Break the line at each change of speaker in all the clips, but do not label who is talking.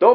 どう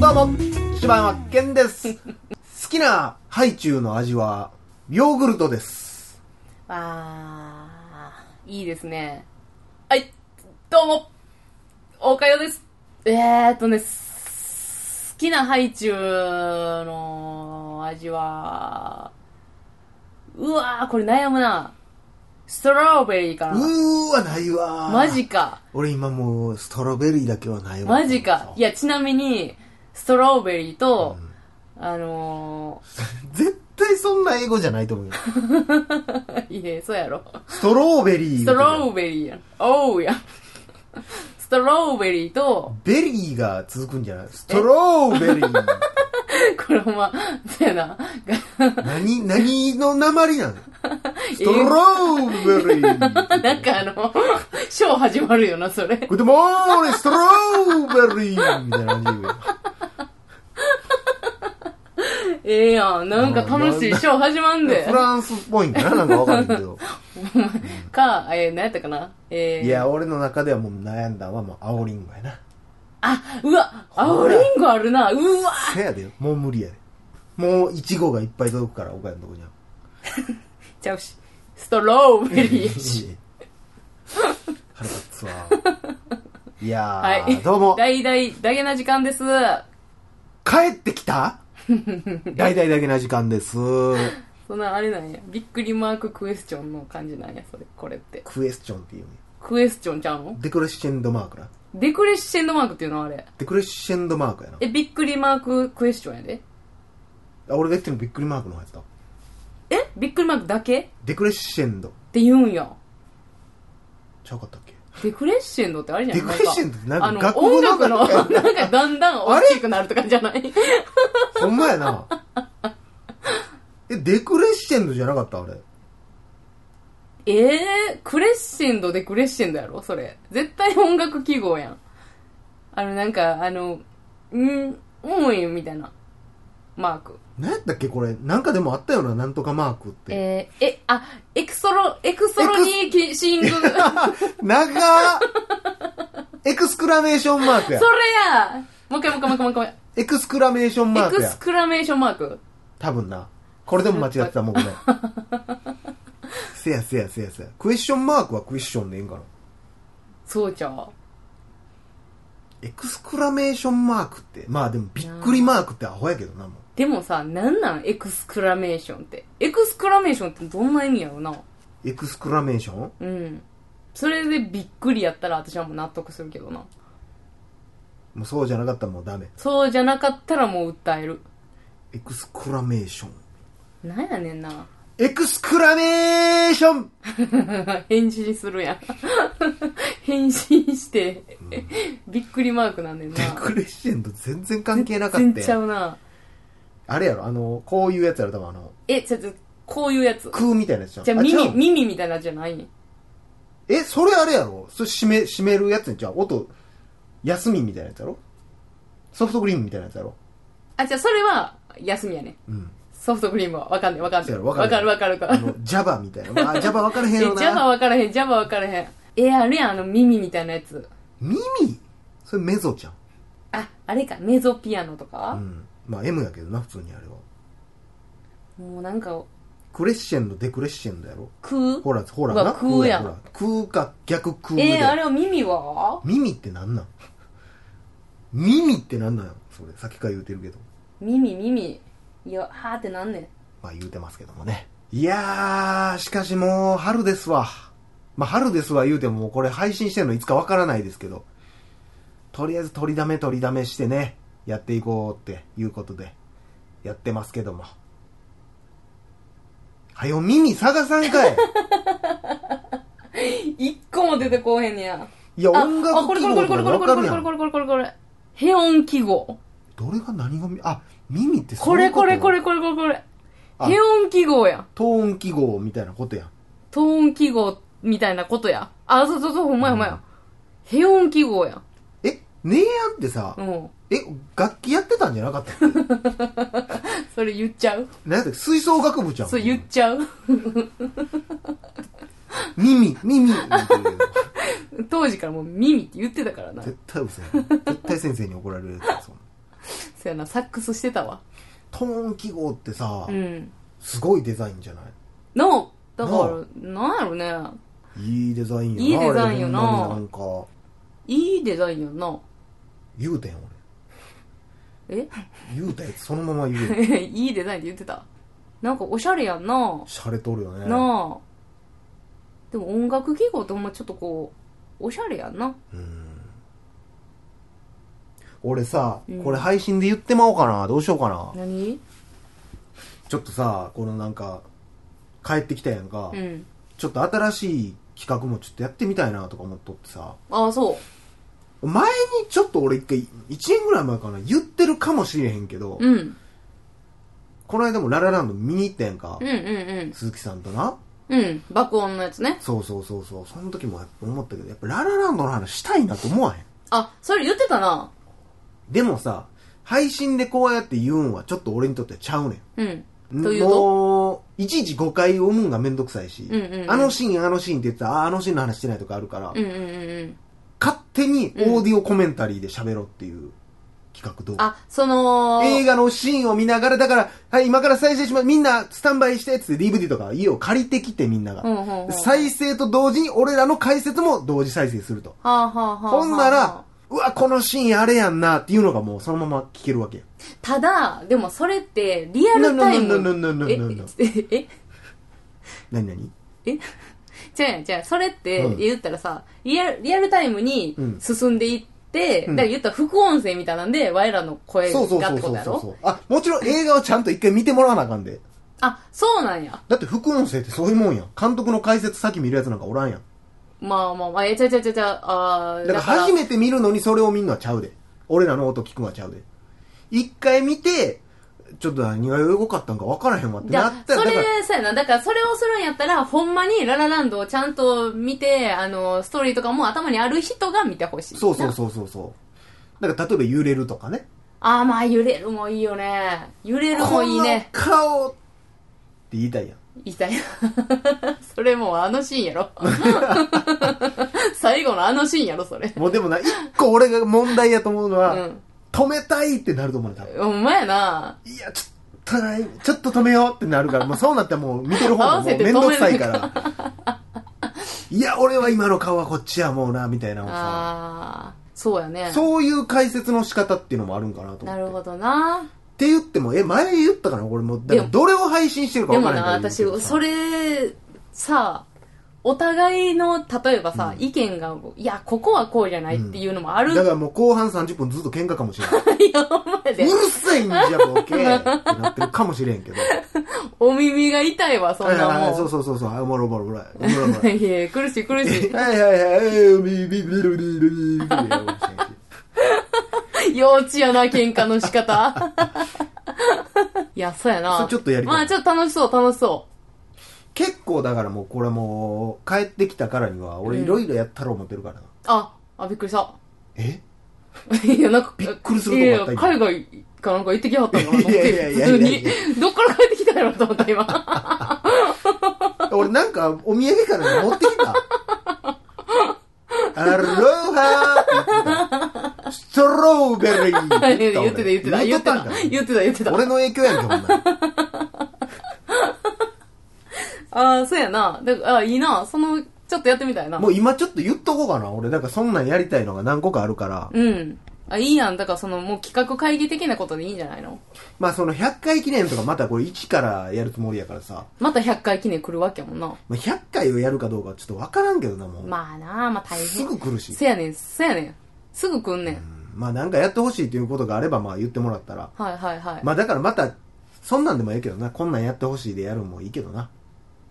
どうも、柴山健 です。好きなハイチュウの味は、ヨーグルトです。
あー、いいですね。はい、どうも、おかよです。えーっとね、す好きなハイチュウの味は、うわー、これ悩むな。ストロベリーかな。
うーわ、ないわ。
マジか、
俺今もう、ストロベリーだけはないわ。
マジか。い
や、
や、ちなみに、ストロベリーと、あの
絶対そんな英語じゃないと 思うよ。
ー、 いや、そうやろ。
ストローベリー。
ストローベリーやん。おうやん。ストローベリーと、
ベリーが続くんじゃないストローベリー。
これほんま、そうやな。
何、何の鉛なのストローベリー。
なんかあの、ショー始まるよな、それ。
グッドモーニング、ストローベリーみたいな感じよ。
ええやん。なんか楽しいショー始まんで
フ。ランスっぽいんかななんかわかんないけど。
か、えー、何やったかな えー、
いや、俺の中ではもう悩んだんはもう青リンゴやな。
あ、うわ、青リンゴあるな。うわ
せやで、もう無理やで。もう、いちごがいっぱい届くから、岡山のと こには。
ちゃうし。ストローベリーやし。
腹立つわ。いやー、
はい。
どうも、
大大、大げな時間です。
帰ってきた大々だけな時間です。
そんな、あれなんや。びっくりマーククエスチョンの感じなんや、それ。これって。
クエスチョンっていうね。
クエスチョンちゃうの
デクレッシェンドマークな。
デクレッシェンドマークっていうのはあれ。
デクレッシェンドマークやな。
え、びっくりマーククエスチョンやで。
あ俺が言ってるのびっくりマークの方やった。
えびっくりマークだけっ
デクレッシェンド。
て言うんや。
ちゃうかったっけ
デクレッシェンドってあれじゃない
デクレッシェンドってなんか
あ
学
の、
校の
音楽の、
中
なんかだんだん大きくなるとかじゃない
ほんまやな。え、デクレッシェンドじゃなかったあれ。
えー、クレッシェンドでクレッシェンドやろそれ。絶対音楽記号やん。あの、なんか、あの、んうんいみたいな、マーク。
何やったっけこれ。なんかでもあったよな、なんとかマークって。
えー、え、あ、エクソロ、エクソロニーキシング、 それ
長っエクスクラメーションマークや。
やもう一回もう一回もう一回もう一回。
エクスクラメーションマー
エ
ク
ク
や
ス。クラメーションマーク。
多分な。これでも間違ってたもん ね。せやせやせやせや。クエスチョンマークはクエスチョンでいいんかな。
そうちゃう。
エクスクラメーションマークって。まあでもびっくりマークってアホやけどな、もう。
でもさ、なんなんエクスクラメーションって。エクスクラメーションってどんな意味やろうな。
エクスクラメーション
うん。それでびっくりやったら私はもう納得するけどな。
もうそうじゃなかったらもうダメ。
そうじゃなかったらもう訴える。
エクスクラメーション。
なんやねんな。
エクスクラメーション
返信するやん。 返信して、びっくりマークなんねんな
デ。クレッシェンド全然関係なかっ
全
た
然ちゃ
やん。
うな。
あれやろ、あの、こういうやつやろ、多分あの、
え、ちょっと、こういうやつ。
空みたいなやつじゃん。
じゃあ
あ違う
耳、
の
耳みたいなのじゃない
え、それあれやろそれ閉め、閉めるやつに、じゃあ音、休みみたいなやつやろソフトクリームみたいなやつやろ
あ、じゃあそれは、休みやね。
うん。
ソフトクリームは。わかんないわかんな
そう
い。
やろ
わ
わかる
かるわかるか
あ
ら。
の、Java みたいな。まあ、Java 分からへん
え、
や
ジ
ろ
ャバ
な。
分からへん、ジャバ分からへん。え、あれやん、あの耳みたいなやつ。
耳それメゾちゃん。
あ、あれか、メゾピアノとか
う、ん。まあ、M やけどな、普通にあれは。
もうなんか、
クレッシェンド、デクレッシェンドやろ
食う
ほら、ほら
うわ
な。
空やん
ほら。空か逆空で。
えー、あれは耳は
耳ってなんなん耳ってなんなんやろそれ、先から言うてるけど。
耳、耳。いや、はーってなんねん。
まあ言うてますけどもね。いやー、しかしもう春ですわ。まあ春ですわ言うてももうこれ配信してるのいつかわからないですけど、とりあえず取りだめ取りだめしてね、やっていこうっていうことで、やってますけども。はよ耳探さんかい
一個も出てこうへんねや。
いや
あ、
音楽
あこれ
記
これ
号
これ
と
こ
か
れこ
わ
れこ
かる
れこ
や
れ
ん
これこれこれこれ。ヘオン記号。
どれが何が耳あ耳って
これこれこ
れ
れこれこれこれ。
あ
ヘオン記号や。
トーン記号みたいなことやん
トーン記号みたいなことや。あ、そうそうそう、ほんまやほんまや。ヘオン記号や。
え姉やんってさ、
うん。
え楽器やってたんじゃなかったっけ
それ言っちゃう
何やったっけ吹奏楽部ちゃん
そう言っちゃう
耳耳って言うけど
当時からもう耳って言ってたからな。そ
絶対嘘やん絶対先生に怒られるやつやそんな
うやな、サックスしてたわ。
トーン記号ってさ、
うん。
すごいデザインじゃない
の、だから、なんやろね。
いいデザインやない
いデザインよな
あれほんまになんか
いいデザインやな。
言うてん俺
え
言うたやつそのまま言う
いいデザインって言ってた。なんかおしゃれやんな。
しゃれとるよね
なあ。でも音楽記号ってほんまちょっとこう、おしゃれやんな。
うん俺さ、
うん
これ配信で言ってまおうかなどうしようかな
何
ちょっとさこのなんか帰ってきたやんか、
うん。
ちょっと新しい企画もちょっとやってみたいなとか思っとってさ
ああ、そう。
前にちょっと俺一回1年ぐらい前かな言ってるかもしれへんけど、
うん。うん
この間もララランド見に行ったやんか、
うんうん。
鈴木さんとな
うん。爆音のやつね。
そうそうそうそうその時もやっぱ思ったけどやっぱララランドの話したいなと思わへん
あ、それ言ってたな。
でもさ配信でこうやって言うんはちょっと俺にとってはちゃうねん
うん。というと
もういちいち誤解を生むんがめんどくさいし、
うんうんうん
あのシーンあのシーンって言ってたらああのシーンの話してないとかあるから、
うんうんうんうん。
勝手にオーディオコメンタリーで喋ろうっていう企画動画、
あ、その、
映画のシーンを見ながらだから、はい、今から再生しますみんなスタンバイしてっつって DVD とか家を借りてきてみんなが、
うんうんうん。
再生と同時に俺らの解説も同時再生すると、
はあ、はあはあはあ、
ほんなら、うわこのシーンあれやんなっていうのがもうそのまま聞けるわけや
ただ、でもそれって、リアルタイム。
なななななななな
え、え、え、
何何
えじゃあじゃあそれって
うん
言ったらさ、リアルリアルタイムに
うん
進んでいって、
うん
だから言ったら副音声みたいなんで、我らの声が
そ
っ
うそうそう
て
そ
こと
う
や
そう
ろ
そうあもちろん映画をちゃんと一回見てもらわなあかんで
あ、そうなんや。
だって副音声ってそういうもんやん監督の解説先見るやつなんかおらんやん
まあまあまあ、え、ちゃうちゃうちゃうちゃう、あー
だから初めて見るのにそれを見んのはちゃうで俺らの音聞くのはちゃうで一回見てちょっと何が良かったんか分からへんわって
じゃ
な
あ
ったら
そ
だから
れ、そうやな。だから、それをするんやったら、ほんまにララランドをちゃんと見て、あの、ストーリーとかも頭にある人が見てほしい。
そうそう
な
そうそうそうだから例えば揺れるとかね
あーまあ、揺れるもいいよね。揺れるもいいね。
この顔って言いたいやん
いたい。 それもうあのシーン やろ。最後のあのシーンやろ、それ。
もうでもな一個俺が問題やと思うの
う
は、
ん。
止めたいってなると思うね多分
ほんまやな。
いや、ちょっとない、ちょっと止めようってなるから、もうそうなったらもう見てる方が
合わ
も
せ
う
て
め
止
ん
める
どくさいから。いや、俺は今の顔はこっちやもうな、みたいなのさ。
ああ、そうやね。
そういう解説の仕方っていうのもあるんかなと思って。
なるほどな。
って言っても、え、前言ったかな俺もう、だか
で
ら
も
どれを配信してるか
で
分か
も
らない
な、
から
私、そ
れ。
れ、さ、お互いの、例えばさ、
うん
意見が、いや、ここはこうじゃないっていうのもある。
だからもう後半30分ずっと喧嘩かもしれない。
いや、 ほんまや
う
で。
るさいんじゃボケーってなってるかもしれんけど。
お耳が痛いわ、そんな
はいはいはい
も。
そうんそうそうそう。あおもろいおもろいおもろい。おもろいおもろい
いや、苦しい苦し
はいはいはい。えービリビリビリビリビリビリ
い。 幼稚やな、喧嘩の仕方。 いや、そうやな。
それちょっとやりたい
まあ、ちょっと楽しそう、楽しそ
結構だからもうこれもう帰ってきたからには俺
うん
いろいろやったろう思ってるからな、
う。あ、あ、びっくりした。
え
いや、なんか、びっ
くりするとこあった
海外かなんか行ってきはったのかなと思っ
いやいや
て、
いや
普通
いやいや
に。 どっから帰ってきたんやろと思った、今。
俺なんかお土産から持ってきたアロハーって言ってたストロベリーっ
言
て
ってた、言
言っ
ってた、言
た
っててた
んか。
言ってた、言ってた。
俺の影響やんけお前
ああ、そうやな。だから、あーいいな。その、ちょっとやってみたいな。
もう今ちょっと言っとこうかな俺なんかそんなんやりたいのが何個かあるから、
うん。あ、いいやん。だから、その、もう企画会議的なことでいいんじゃないの
まあその100回記念とかまたこれ1からやるつもりやからさ、
また100回記念来るわけやもんな。
まあ、100回をやるかどうかちょっとわからんけどなもう、
まあなあ、まあ大変。
すぐ来るし
せやねん、せやねん。すぐ来んねん。
まあなんかやってほしいということがあればまあ言ってもらったら。
はいはいはい。
まあだからまた、そんなんでもいいけどな。こんなんやってほしいでやるんもいいけどな。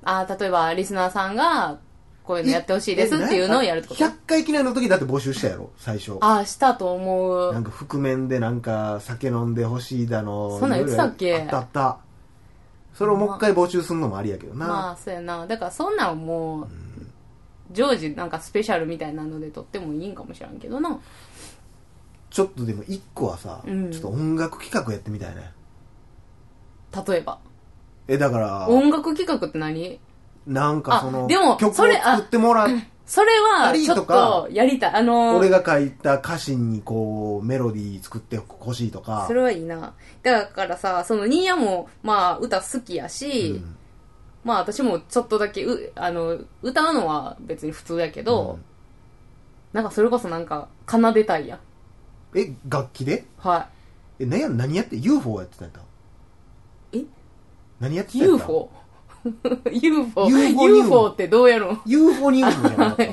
あー例えばリスナーさんが、こういうのやってほしいですっていうのをやるってこと
100回記念の時だって募集したやろ、最初。
ああ、したと思
なん
う。
か覆面でなんか酒飲んでほしいだの。
そんなん言ってたっけ
いろいろあったあった。それをもう一回募集するのもありやけどな。
まあ、そうやな。だからそんなんもう、常時なんかスペシャルみたいなので撮ってもいいんかもしらんけどな。
ちょっとでも一個はさ、
うん
ちょっと音楽企画やってみたいね。
例えば。
え、だから、
音楽企画って何
なんかその、
あでも
曲を
それあ
作ってもらっ
それは、
二
ち
人
ょ
と
っ
か
とやりたい。あのー
俺が書いた歌詞にこう、メロディー作ってほしいとか
そ。れはいいな。だからさ、そのニーヤも、まあ、歌好きやし、
うん
まあ私もちょっとだけうあの歌うのは別に普通やけど、
うん
なんかそれこそなんか奏でたいやん
え、楽器で
は
え、何や、何やって ?UFO やってたんやった
え
何やってたん
い
やった
UFO UFO
UFO
UFO ってどうや ろう
?UFO ニウムじゃなかった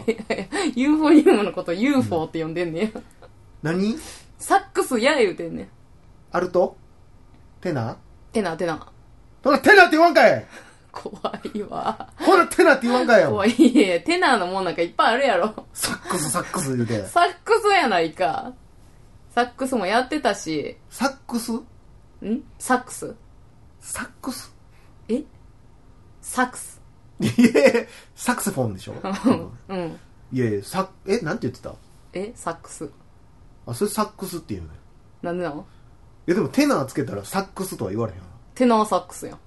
UFO ニウムのこと UFO って呼んでんねや、
何
サックスや言うてんねん
アルトテナー
てなてな
ほら、テナーって言わんかい
怖いわ
ほら、テナーって言わんかいよ
怖いいやてなのもんなんかいっぱいあるやろ
サックス、サックス言うて。
サックスやないかサックスもやってたし
サックス
んサックス
サックス
えサックス
いえ、サクスフォンでしょ
うん
いやいや、サえ、なんて言ってた
えサックス
あ、それサックスって言うのよ。
なんでなの
いや、でもテナーつけたらサックスとは言われへんよな。
テナーサックスやん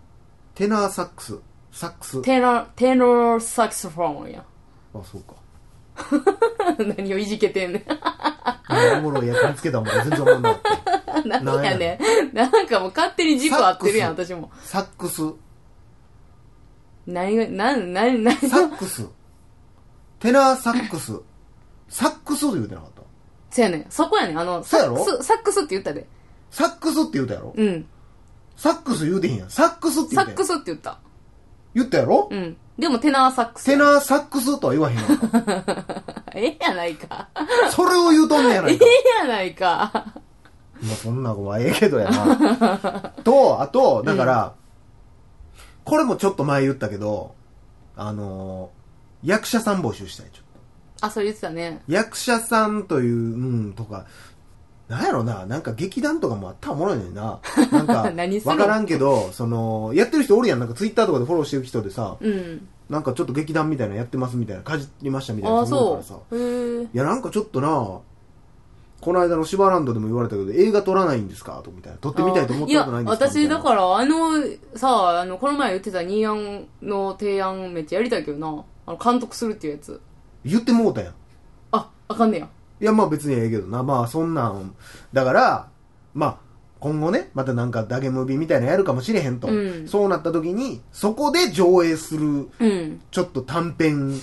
テナーサックス。サックス。
テナーテナーサックスフォンやん
あ、そうか。
何をいじけてん ね
おもろいやつ見つけたもん全然おもろない。
ん何やねんなんかもう勝手に事故合ってるやん
サック
私も
サックス。
何が何何何
サックス。テナーサックス。サックスって言うてなかった
そうやねんそこやねんあの
そ
サ
うや
ッ
ろ
クスサックスって言ったで
サックスって言うたやろ
うん
サックス言うてへんやん。サックスって
サ
言うて
ックスって言った
言ったやろ
うんでもテナーサックス
テナーサックスとは言わへんやんか。
ええやないか
それを言うとんねやな
え
いか。
えやないか
まあそんな子はええけどやな。と、あと、だから、これもちょっと前言ったけど、あのー役者さん募集したい。ちょっと
あそれ言ってたね
役者さんという、うん、とか、なんやろな、なんか劇団とかもあったらおもろいのにな。なんか
何、する
わからんけど、その、やってる人おるやん。なんかツイッターとかでフォローしてる人でさ、
うん
なんかちょっと劇団みたいなのやってますみたいな、かじりましたみたい
あ
な
あ
人おるからさ。
そうへえ
いや、なんかちょっとな、この間のシバランドでも言われたけど、映画撮らないんですかと、みたいな。撮ってみたいと思ったことないんですか
や私
みたいな
だからあのさあのこの前言ってたニーアンの提案めっちゃやりたいけどなあの監督するっていうやつ
言ってもうたやん。
ああかんねや
いや、まあ別にええけどな。まあそんなん。だから、まあ、今後ね、またなんかダゲムービーみたいなのやるかもしれへんと。
うん
そうなった時に、そこで上映する、
うん
ちょっと短編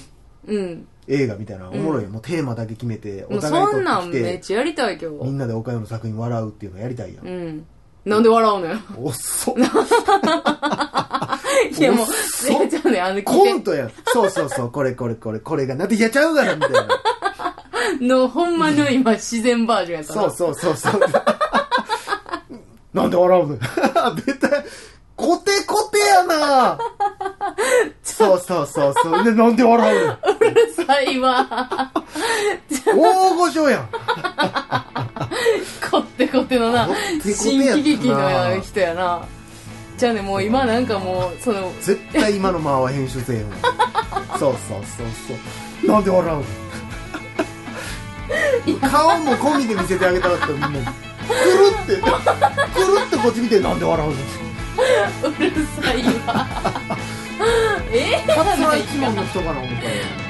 うん
映画みたいな、おもろいよ、もうテーマだけ決めて、
も
お
う
互い
そ
撮
んなん
っ
め
き
って
て、
ちゃやりたいけ
み
ど
んなで岡山の作品笑うっていうのやりたいやん
う。んなんで笑うのよ
おっそ。
いやもう
おっそ
えじゃあねあの
コン
聞い
トやん。そうそうそう、これこれこれ、これがなってやっちゃうがな、みたいな。
てのほんまの今自然バージョンやったな
そうそうそうそう。なんで笑うの絶対、コテコテやなそうそうそうそう。で、なんで笑うの
うる さいわ
大御所やん。
こってこてのな
こってこて
新
やったな
喜劇の人やなじゃあねもう今なんかもうその
絶対今の間は編集せえへんわ。そうそうそうそう。なんで笑うの顔も込みで見せてあげたかったみんなに。くるって、くるってこっち見て、なんで笑うの
うるさいわええや
カツラ
ない
一
か
問の人かな思ったら。